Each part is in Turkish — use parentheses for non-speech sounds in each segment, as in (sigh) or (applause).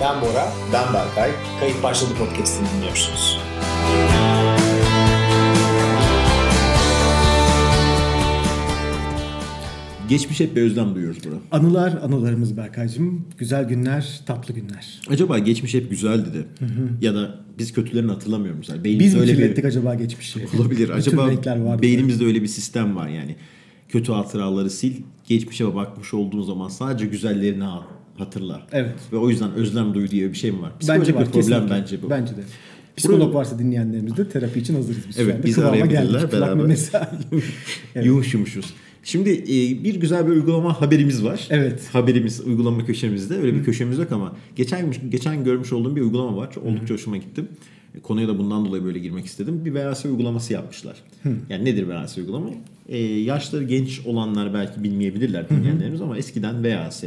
Ben Bora, ben Berkay. Kayıt başladı podcast'ini dinliyorsunuz. Geçmiş hep bir özlem duyuyoruz buna. Anılar anılarımız Berkaycığım. Güzel günler, tatlı günler. Acaba geçmiş hep güzeldi de ya da biz kötülerini hatırlamıyoruz. mesela. Beynimiz Biz mi öyle bir- kirlettik acaba geçmişi? (laughs) olabilir. Bütün Acaba renkler vardı. beynimizde öyle bir sistem var yani. Kötü hatıraları sil, geçmişe bakmış olduğun zaman sadece güzellerini ha- hatırla. Evet. Ve o yüzden özlem duyu diye bir şey mi var? Psikolojik bir problem kesinlikle. bence bu. (laughs) Bence de. Psikolog Burada- varsa dinleyenlerimiz de terapi için hazırız biz Evet, şu anda. bizi Kıvama arayabilirler geldik. Kulak beraber. (laughs) memesi- Yumuş yumuşuz. Şimdi e, bir güzel bir uygulama haberimiz var. Evet. Haberimiz uygulama köşemizde. Öyle bir köşemiz yok ama geçen geçen görmüş olduğum bir uygulama var. Oldukça hoşuma gitti. E, Konuya da bundan dolayı böyle girmek istedim. Bir VHS uygulaması yapmışlar. Yani nedir VHS uygulama? E, yaşları genç olanlar belki bilmeyebilirler dinleyenlerimiz ama eskiden VHS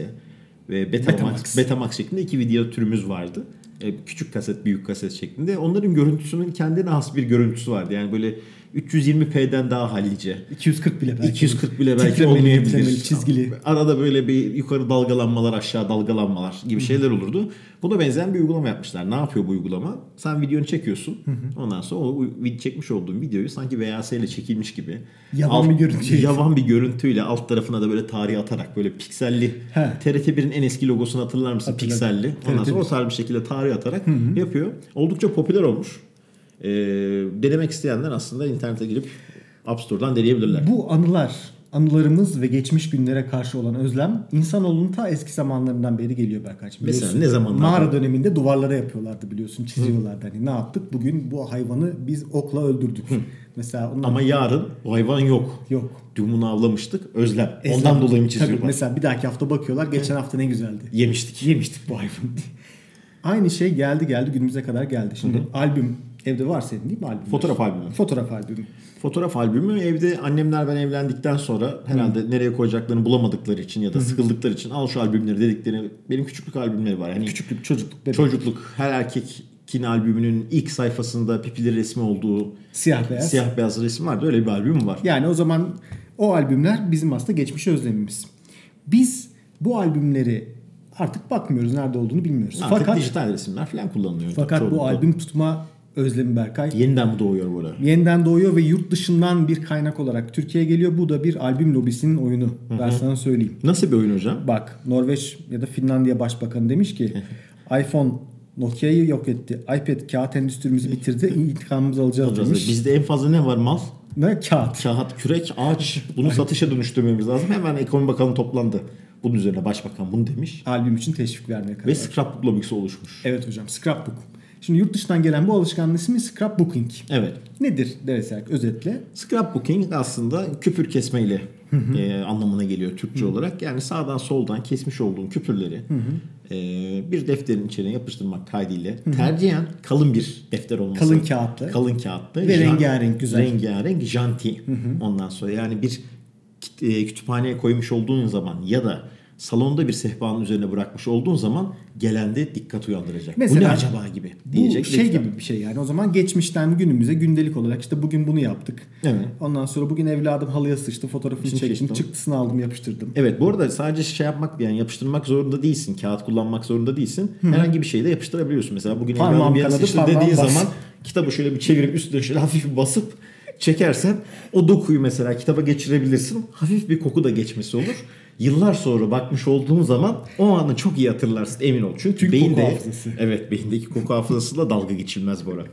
ve Betamax, Betamax. Betamax şeklinde iki video türümüz vardı. E, küçük kaset, büyük kaset şeklinde. Onların görüntüsünün kendine has bir görüntüsü vardı. Yani böyle 320p'den daha hallice. 240 bile belki. 240 bile belki Titremeli, olmayabilir. titremeli, çizgili. Arada böyle bir yukarı dalgalanmalar aşağı dalgalanmalar gibi şeyler olurdu. Buna benzeyen bir uygulama yapmışlar. Ne yapıyor bu uygulama? Sen videonu çekiyorsun. Ondan sonra o vid- çekmiş olduğun videoyu sanki VHS ile çekilmiş gibi. Yavan bir görüntü. Yavan bir görüntüyle alt tarafına da böyle tarih atarak böyle pikselli. He. TRT1'in en eski logosunu hatırlar mısın? Hatırladım. Pikselli. Ondan sonra o TRT1. tarz bir şekilde tarih atarak yapıyor. Oldukça popüler olmuş. Ee, denemek isteyenler aslında internete girip App Store'dan deneyebilirler. Bu anılar, anılarımız ve geçmiş günlere karşı olan özlem insanoğlunun ta eski zamanlarından beri geliyor Berkaycığım. Mesela biliyorsun. ne zamanlar? Mağara döneminde duvarlara yapıyorlardı biliyorsun. Çiziyorlardı. Hani ne yaptık? Bugün bu hayvanı biz okla öldürdük. Mesela onlar Ama yarın o hayvan yok. yok. Dumunu avlamıştık. Özlem. Ezan- Ondan dolayı mı Tabii, çiziyorlar? mesela bir dahaki hafta bakıyorlar. Geçen hafta ne güzeldi. Yemiştik. Yemiştik bu hayvanı diye. Aynı şey geldi geldi günümüze kadar geldi. Şimdi albüm evde var senin değil mi albüm? Fotoğraf albümü. Fotoğraf albümü. Fotoğraf albümü evde annemler ben evlendikten sonra herhalde nereye koyacaklarını bulamadıkları için ya da sıkıldıkları için al şu albümleri dedikleri benim küçüklük albümleri var. Hani Küçüklük, çocukluk, bebek. çocukluk her erkekin albümünün ilk sayfasında pipileri resmi olduğu Siyah beyaz. siyah beyaz resim vardı. Öyle bir albüm var. Yani o zaman o albümler bizim aslında geçmiş özlemimiz. Biz bu albümleri artık bakmıyoruz. Nerede olduğunu bilmiyoruz. Artık fakat dijital resimler falan kullanılıyor. fakat bu çoğunlukla. albüm tutma özlemi Berkay yeniden mi doğuyor bu ara? yeniden doğuyor ve yurt dışından bir kaynak olarak Türkiye'ye geliyor. Bu da bir albüm lobisinin oyunu. Ben sana söyleyeyim. Nasıl bir oyun hocam? Bak Norveç ya da Finlandiya Başbakanı (laughs) demiş ki iPhone Nokia'yı yok etti. iPad kağıt endüstrimizi bitirdi. İntikamımızı alacağız demiş. Bizde en fazla ne var mal? Ne kağıt? Kağıt, kürek, ağaç. Bunu satışa dönüştürmemiz lazım. Hemen ekonomi bakanı toplandı. Bunun üzerine başbakan bunu demiş. Albüm için teşvik vermeye karar Ve verdi. scrapbook lobisi oluşmuş. Evet hocam scrapbook. Şimdi yurt dışından gelen bu alışkanlığın ismi scrapbooking. Evet. Nedir dersek özetle? Scrapbooking aslında küpür kesmeyle e, anlamına geliyor Türkçe olarak. Yani sağdan soldan kesmiş olduğun küpürleri e, bir defterin içine yapıştırmak kaydıyla tercihen kalın bir defter olması. Kalın kağıtlı. Kalın kağıtlı. Ve Jan- rengarenk, güzel. Rengarenk, janti. Ondan sonra yani bir kit- e, kütüphaneye koymuş olduğun zaman ya da salonda bir sehpanın üzerine bırakmış olduğun zaman gelende dikkat uyandıracak. Mesela- bu ne acaba gibi diyecek. bu şey defter. gibi bir şey yani. O zaman geçmişten günümüze gündelik olarak işte bugün bunu yaptık. Evet. Ondan sonra bugün evladım halıya sıçtı. Fotoğrafını İçini çektim. çektim. Çıktısını aldım yapıştırdım. Evet bu arada sadece şey yapmak yani yapıştırmak zorunda değilsin. Kağıt kullanmak zorunda değilsin. Herhangi bir şeyi de yapıştırabiliyorsun. Mesela bugün Parmağım Parmağım bir kanadı, işte parmağım dediği bas. zaman kitabı şöyle bir çevirip üstüne şöyle hafif bir basıp çekersen o dokuyu mesela kitaba geçirebilirsin. Hafif bir koku da geçmesi olur. Yıllar sonra bakmış olduğun zaman o anı çok iyi hatırlarsın emin ol. Çünkü, Çünkü beyinde, koku hafızası. Evet beyindeki koku hafızasıyla dalga geçilmez (laughs) Bora.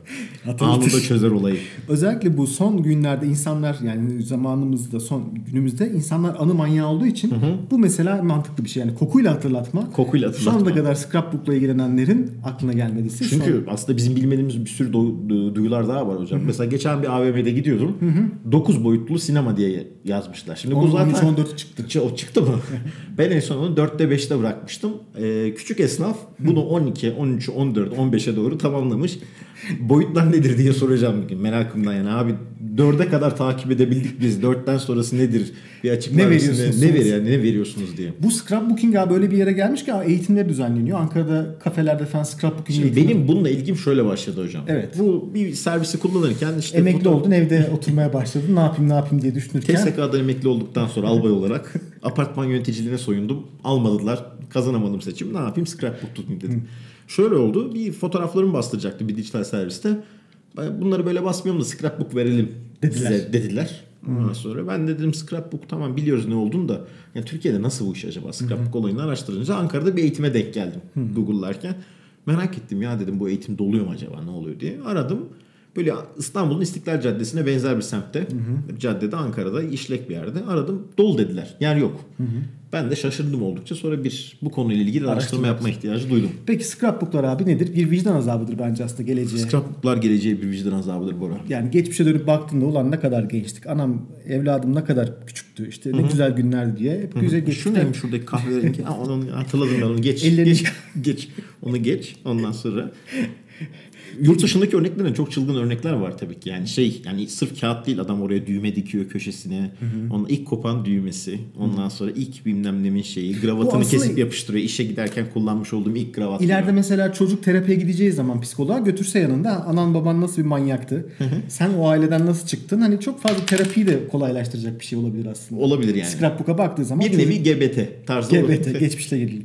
Hatırlatır. Anında çözer olayı. Özellikle bu son günlerde insanlar yani zamanımızda son günümüzde insanlar anı manyağı olduğu için bu mesela mantıklı bir şey. Yani kokuyla hatırlatma. Kokuyla hatırlatma. Şu ana kadar scrapbook'la ilgilenenlerin aklına gelmediyse. şu Çünkü an- aslında bizim bilmediğimiz bir sürü do- du- duyular daha var hocam. Mesela geçen bir AVM'de gidiyordum. 9 boyutlu sinema diye yazmışlar. Şimdi bu On- zaten 13, 14 çıktı. Ç- O çıktı (laughs) mı? ben en son onu 4'te 5'te bırakmıştım. Ee, küçük esnaf bunu 12, 13, 14, 15'e doğru tamamlamış. Boyutlar nedir diye soracağım bugün merakımdan yani abi 4'e kadar takip edebildik biz. 4'ten sonrası nedir? Bir açıklar Ne mısın? veriyorsunuz? Ne, ver, yani, ne veriyorsunuz diye. bu scrapbooking abi öyle bir yere gelmiş ki abi eğitimler düzenleniyor. Ankara'da kafelerde falan scrapbooking Şimdi eğitimi- benim bununla ilgim şöyle başladı hocam. Evet. Bu bir servisi kullanırken işte emekli oldun evde oturmaya başladın. Ne yapayım ne yapayım diye düşünürken TSK'dan emekli olduktan sonra albay olarak apartman yöneticiliğine soyundum. Almadılar. Kazanamadım seçim. Ne yapayım? Scrapbook tutayım dedim. Şöyle oldu. Bir fotoğraflarımı bastıracaktı bir dijital serviste. Ben Bunları böyle basmayalım da scrapbook verelim dediler. size dediler. Ondan sonra ben de dedim scrapbook tamam biliyoruz ne olduğunu da yani Türkiye'de nasıl bu iş acaba scrapbook olayını araştırınca Ankara'da bir eğitime denk geldim Google'larken. Merak ettim ya dedim bu eğitim doluyor mu acaba ne oluyor diye aradım. Böyle İstanbul'un İstiklal Caddesi'ne benzer bir semtte bir caddede Ankara'da işlek bir yerde aradım dolu dediler yer yok. Ben de şaşırdım oldukça sonra bir bu konuyla ilgili araştırma yapma ihtiyacı duydum. Peki scrapbooklar abi nedir? Bir vicdan azabıdır bence aslında geleceğe. Scrapbooklar geleceğe bir vicdan azabıdır Bora. Yani geçmişe dönüp baktığında ulan ne kadar gençtik. Anam evladım ne kadar küçüktü. İşte ne güzel günlerdi diye. Hep güzel Şu geçti. neymiş şuradaki kahverengi? Ha, onu hatırladım ben onu. Geç. Ellerini geç, çıkar. geç. Onu geç. Ondan sonra yurt dışındaki örneklerden çok çılgın örnekler var tabii ki. Yani şey yani sırf kağıt değil adam oraya düğme dikiyor köşesine. Onun ilk kopan düğmesi. Ondan sonra ilk bilmem nemin şeyi. Gravatını aslında- kesip yapıştırıyor. İşe giderken kullanmış olduğum ilk gravat. İleride mesela çocuk terapiye gideceği zaman psikoloğa götürse yanında anan baban nasıl bir manyaktı? Sen o aileden nasıl çıktın? Hani çok fazla terapiyi de kolaylaştıracak bir şey olabilir aslında. olabilir yani. Scrapbook'a baktığı zaman bir nevi GBT tarzı çocuk- olabilir. GBT geçmişle ilgili.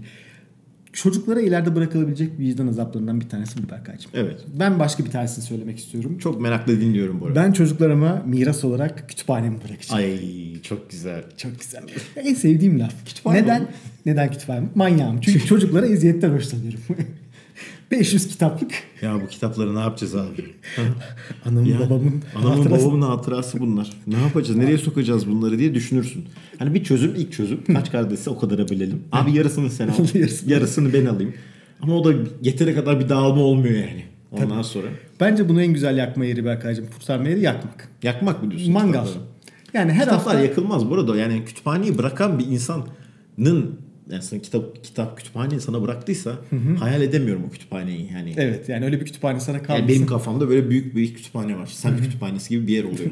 Çocuklara ileride bırakılabilecek vicdan azaplarından bir tanesi bu Berkay'cığım. Evet. Ben başka bir tanesini söylemek istiyorum. Çok merakla dinliyorum bu arada. Ben çocuklarıma miras olarak kütüphanemi bırakacağım. Ay çok güzel. Çok güzel. En sevdiğim laf. Kütüphane Neden? mi? Neden kütüphane? Manyağım. Çünkü çocuklara eziyetten hoşlanıyorum. (laughs) 500 kitaplık Ya bu kitapları ne yapacağız abi? anamın Ya, babamın anamın hatırası- babamın hatırası bunlar. Ne yapacağız? Nereye sokacağız bunları diye düşünürsün. Hani bir çözüm ilk çözüm. Kaç kardeşse o kadara bölelim. Abi yarısını sen al. (laughs) Yarısını. yarısını ben alayım. Ama o da yeteri kadar bir dağılma olmuyor yani. Ondan sonra. Bence bunu en güzel yakma yeri Berkay'cığım. Kurtarma yeri yakmak. Yakmak mı diyorsun? Mangal. kitapları? Yani her Kitaplar hafta yakılmaz bu arada. Yani kütüphaneyi bırakan bir insanın yani sana kitap kitap kütüphaneyi sana bıraktıysa hayal edemiyorum o kütüphaneyi yani. Evet yani öyle bir kütüphane sana kalmasın. Yani benim kafamda böyle büyük bir kütüphane var. Sen kütüphanesi gibi bir yer (laughs) oluyor.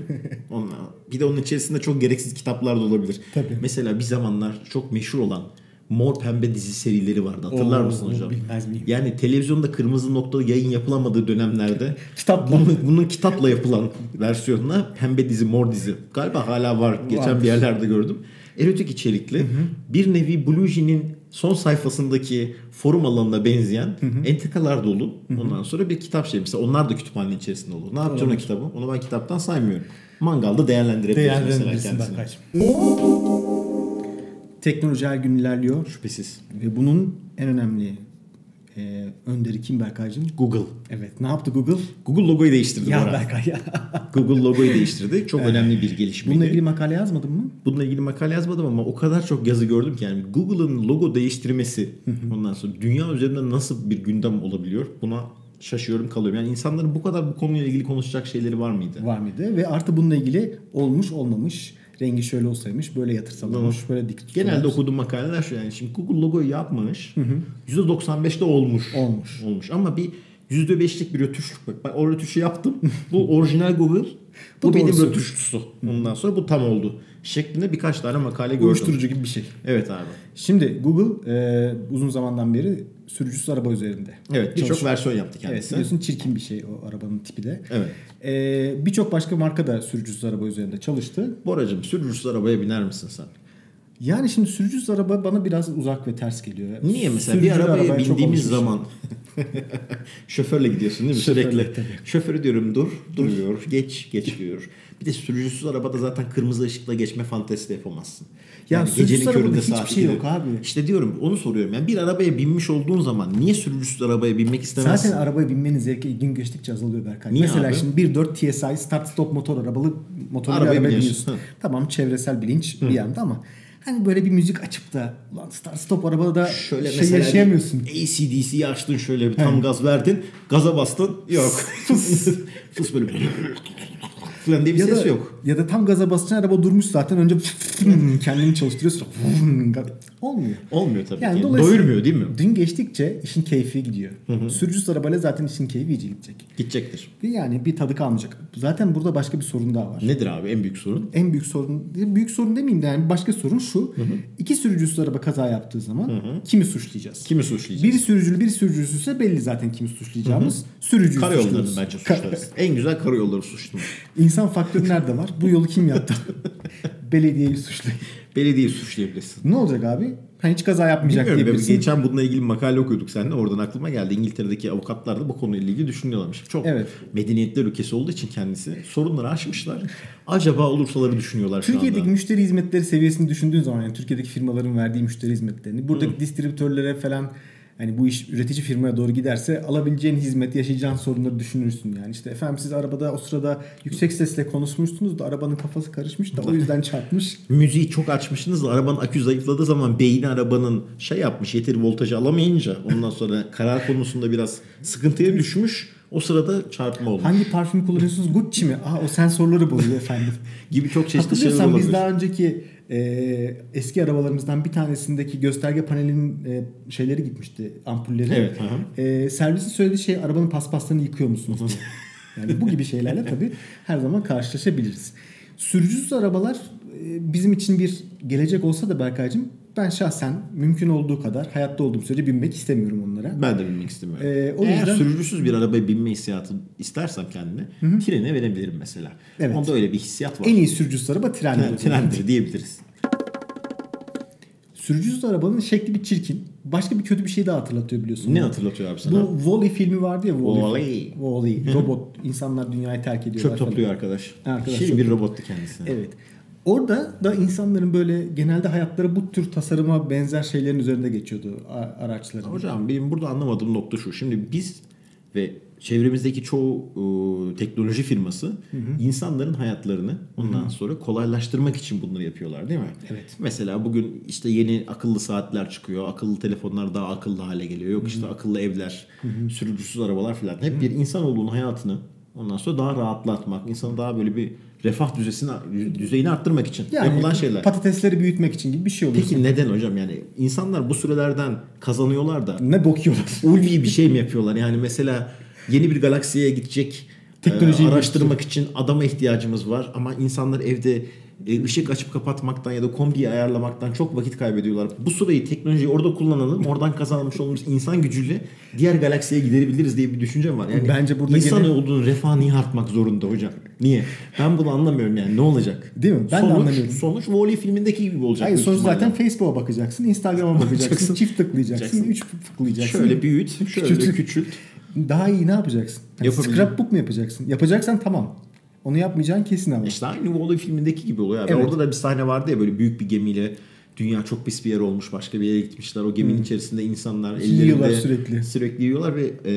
Onunla. Bir de onun içerisinde çok gereksiz kitaplar da olabilir. Tabii. Mesela bir zamanlar çok meşhur olan Mor Pembe dizi serileri vardı. Hatırlar Oo, mısın hocam? bilmez miyim? Yani televizyonda kırmızı noktalı yayın yapılamadığı (laughs) dönemlerde Kitapla. bunun, bunun kitapla yapılan versiyonuna pembe dizi, mor dizi galiba hala var. Geçen bir yerlerde gördüm. Erotik içerikli bir nevi Bluejean'in son sayfasındaki forum alanına benzeyen entrikalar dolu. Ondan sonra bir kitap şey. Mesela onlar da kütüphanenin içerisinde olur. Ne yapacaksın o kitabı? Onu ben kitaptan saymıyorum. Mangalda değerlendirebilirsin mesela değerlendirirsin kendisini. Berkay'cığım. Teknoloji her gün ilerliyor. Şüphesiz. Ve bunun en önemli e, önderi kim Berkay'cığım? Google. Evet ne yaptı Google? Google logoyu değiştirdi bu Ya arada. Berkay ya. Google logoyu değiştirdi. (laughs) Çok önemli bir gelişmeydi. Bununla ilgili makale yazmadın mı? Bununla ilgili makale yazmadım ama o kadar çok yazı gördüm ki yani Google'ın logo değiştirmesi ondan sonra dünya üzerinde nasıl bir gündem olabiliyor buna şaşıyorum kalıyorum. Yani insanların bu kadar bu konuyla ilgili konuşacak şeyleri var mıydı? var mıydı? Ve artı bununla ilgili olmuş olmamış, rengi şöyle olsaymış, böyle yatırsalarmış, böyle dik şey. tutulmuş. Genelde okuduğum makaleler şu yani şimdi Google logoyu yapmamış %95'te olmuş. Olmuş. Olmuş ama bir %5'lik bir rötuşluk. Bak ben o rötuşu yaptım. (laughs) bu orijinal Google. Bu, Bu benim doğrusu. rötuşçusu. Ondan sonra bu tam oldu. Şeklinde birkaç tane makale gördüm. uyuşturucu gibi bir şey. Evet abi. Şimdi Google e, uzun zamandan beri sürücüsüz araba üzerinde. Evet birçok çalışıyor. versiyon yaptı Evet kendisi. biliyorsun çirkin bir şey o arabanın tipi de. Evet. E, Birçok başka marka da sürücüsüz araba üzerinde çalıştı. Boracım sürücüsüz arabaya biner misin sen? Yani şimdi sürücüsüz araba bana biraz uzak ve ters geliyor. Niye mesela Sürücülü bir arabaya arabaya çok bindiğimiz alışmışım. zaman (laughs) şoförle gidiyorsun değil mi Şoförle, sürekli? Şoförü diyorum dur, duruyor, geç, geç diyor. Bir de sürücüsüz arabada zaten kırmızı ışıkla geçme fantezisi de yapamazsın. Ya sürücüsüz arabada hiçbir saat şey yok gidip- abi. İşte diyorum onu soruyorum. Yani bir arabaya binmiş olduğun zaman niye sürücüsüz arabaya binmek istemezsin? Zaten arabaya binmenin zevki gün geçtikçe azalıyor Berkay. Niye Mesela abi? şimdi 1.4 TSI start stop motor arabalı Arabaya motorlu arabaya, arabaya biniyorsun. biniyorsun. Hı. Tamam çevresel bilinç bir yanda ama hani böyle bir müzik açıp da ulan start stop arabada da Şöyle şey mesela bir yaşayamıyorsun. AC/DC'yi açtın şöyle bir tam gaz verdin. Gaza bastın. (laughs) Yok. Fıs böyle. (laughs) Falan diye bir Ya ses da, yok. ya da tam gaza basacaksın araba durmuş zaten önce (laughs) kendini çalıştırıyorsun. (laughs) Olmuyor. Olmuyor tabii Yani ki. dolayısıyla- Doyurmuyor değil mi? Gün geçtikçe işin keyfi gidiyor. Sürücüsüz arabayla zaten işin keyfi iyice gidecek. Gidecektir. Ve Yani bir tadı kalmayacak. Zaten burada başka bir sorun daha var. Nedir abi en büyük sorun? en büyük sorun büyük sorun demeyeyim de yani başka sorun şu. İki sürücüsüz araba kaza yaptığı zaman kimi suçlayacağız? Kimi suçlayacağız? Biri sürücülü biri sürücüsüzse belli zaten kimi suçlayacağımız. Sürücüyü Karayollarını suçluyoruz. bence Ka- (laughs) suçlarız. en güzel karayolları suçlamak. (laughs) İnsan faktörü nerede var? Bu yolu kim yaptı? Belediyeyi suçlayın. Belediyeyi suçlayabilirsin. Ne olacak abi? Hani hiç kaza yapmayacak Bilmiyorum, diyebilirsin. geçen bununla ilgili bir şey makale okuyorduk seninle. Oradan aklıma geldi. İngiltere'deki avukatlar da bu konuyla ilgili düşünüyorlarmış. Çok Evet. medeniyetler ülkesi olduğu için kendisi sorunları (laughs) aşmışlar. Acaba olursaları düşünüyorlar şu Türkiye'deki anda. müşteri hizmetleri seviyesini düşündüğün zaman yani Türkiye'deki firmaların verdiği müşteri hizmetlerini buradaki distribütörlere falan hani bu iş üretici firmaya doğru giderse alabileceğin hizmet, yaşayacağın sorunları düşünürsün yani. işte efendim siz arabada o sırada yüksek sesle konuşmuşsunuz da arabanın kafası karışmış da o yüzden çarpmış. Müziği çok açmışsınız da arabanın akü zayıfladığı zaman beyni arabanın şey yapmış yeteri voltajı alamayınca ondan sonra (laughs) karar konusunda biraz sıkıntıya düşmüş. O sırada çarpma olmuş. Hangi parfüm kullanıyorsunuz? Gucci mi? Aa o sensörleri (laughs) bozuyor efendim. Gibi çok çeşitli şeyler Hatırlıyorsan olabilir. biz daha önceki e, eski arabalarımızdan bir tanesindeki gösterge panelinin e, şeyleri gitmişti ampulleri. Evet, hı E, servisin söylediği şey arabanın paspaslarını (laughs) yıkıyor musunuz? yani bu gibi şeylerle tabii her zaman karşılaşabiliriz. Sürücüsüz arabalar e, bizim için bir gelecek olsa da Berkay'cığım ben şahsen mümkün olduğu kadar hayatta olduğum sürece binmek istemiyorum onlara. Ben de binmek istemiyorum. Ee, o Eğer yüzden- sürücüsüz bir arabaya binme hissiyatı istersen kendine trene verebilirim mesela. Evet. Onda öyle bir hissiyat var. En iyi sürücüsüz araba trendir. Tren- trendir diyebiliriz. Sürücüsüz arabanın şekli bir çirkin. Başka bir kötü bir şey daha hatırlatıyor biliyorsun. Ne hatırlatıyor abi sana? Bu Wall-E filmi vardı ya Wall-E. Wall-E. Wall-E. Robot insanlar dünyayı terk ediyorlar. çöp falan. topluyor arkadaş. Arkadaş Şirin çöp bir robottu kendisi. Evet. Orada da insanların böyle genelde hayatları bu tür tasarıma benzer şeylerin üzerinde geçiyordu a- araçların. Hocam benim burada anlamadığım nokta şu. Şimdi biz ve çevremizdeki çoğu e, teknoloji firması insanların hayatlarını ondan sonra kolaylaştırmak için bunları yapıyorlar değil mi? Evet. Mesela bugün işte yeni akıllı saatler çıkıyor. Akıllı telefonlar daha akıllı hale geliyor. Yok işte akıllı evler, sürücüsüz arabalar filan. Hep bir insanoğlunun hayatını ondan sonra daha rahatlatmak, insanı daha böyle bir refah düzesini düzeyini arttırmak için yapılan şeyler. patatesleri büyütmek için gibi bir şey oluyor. Peki neden hocam yani insanlar bu sürelerden kazanıyorlar da Ne bok yiyorlar. ulvi bir şey mi yapıyorlar? Yani mesela yeni bir galaksiye gidecek Teknolojiyi e, araştırmak için adama ihtiyacımız var ama insanlar evde e, ışık açıp kapatmaktan ya da kombiyi ayarlamaktan çok vakit kaybediyorlar. Bu süreyi teknolojiyi orada kullanalım. Oradan kazanmış olduğumuz insan gücüyle diğer galaksiye gidebiliriz diye bir düşüncem var. Yani Bence burada insan gene- olduğunu refah niye artmak zorunda hocam? Niye? Ben bunu anlamıyorum yani. Ne olacak? Değil mi? Ben de sonuç, anlamıyorum. Sonuç Wall-E filmindeki gibi olacak. Hayır büyük sonuç ihtimalle. zaten Facebook'a bakacaksın, Instagram'a bakacaksın, çift tıklayacaksın, üç tıklayacaksın. şöyle büyüt, şöyle Küçült. küçült. Daha iyi ne yapacaksın? Hani Yapabilirim. scrapbook mu yapacaksın? Yapacaksan tamam. Onu yapmayacağın kesin ama. İşte aynı Wall-E filmindeki gibi oluyor. abi. Evet. Orada da bir sahne vardı ya böyle büyük bir gemiyle dünya çok pis bir yer olmuş başka bir yere gitmişler. O geminin içerisinde insanlar ellerinde Hmm. Şey Yiyorlar sürekli. sürekli yiyorlar ve e,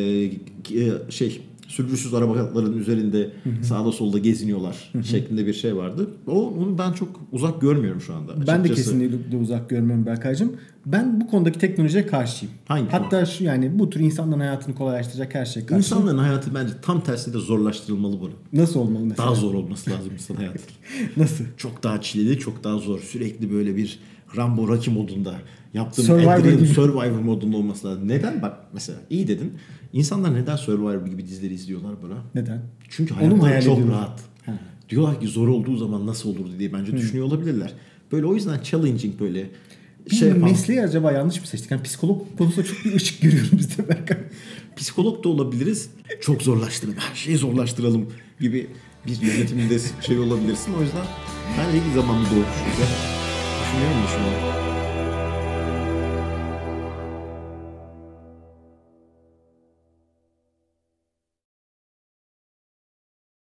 e, şey sürücüsüz arabaların üzerinde sağda solda geziniyorlar şeklinde bir şey vardı. O onu ben çok uzak görmüyorum şu anda. Ben de açıkçası. kesinlikle uzak görmüyorum Berkaycığım. Ben bu konudaki teknolojiye karşıyım. Hangi Hatta şu yani bu tür insanların hayatını kolaylaştıracak her şeye karşı. İnsanların hayatı bence tam tersine de zorlaştırılmalı bunu. Nasıl olmalı mesela? Daha zor olması lazım insan hayatı. (laughs) Nasıl? çok daha çileli, çok daha zor. Sürekli böyle bir Rambo Rocky modunda yaptığım Survivor Survivor, gibi. Survivor modunda olması lazım. Neden? Bak mesela iyi dedin. İnsanlar neden Survivor gibi dizileri izliyorlar bana? Neden? Çünkü Onu mu hayal hayatları çok ediyorlar? rahat. Diyorlar ki zor olduğu zaman nasıl olurdu diye bence düşünüyor olabilirler. Böyle o yüzden challenging böyle Bir şey yapan mesleği acaba yanlış mı seçtik? Yani psikolog konusunda çok bir ışık görüyorum biz de Berkay. (laughs) psikolog da olabiliriz. Çok zorlaştıralım. Her şeyi zorlaştıralım gibi bir yönetimde şey olabilirsin. O yüzden bence ilk zaman bir doğru düşünce. Düşünüyor musun şu an?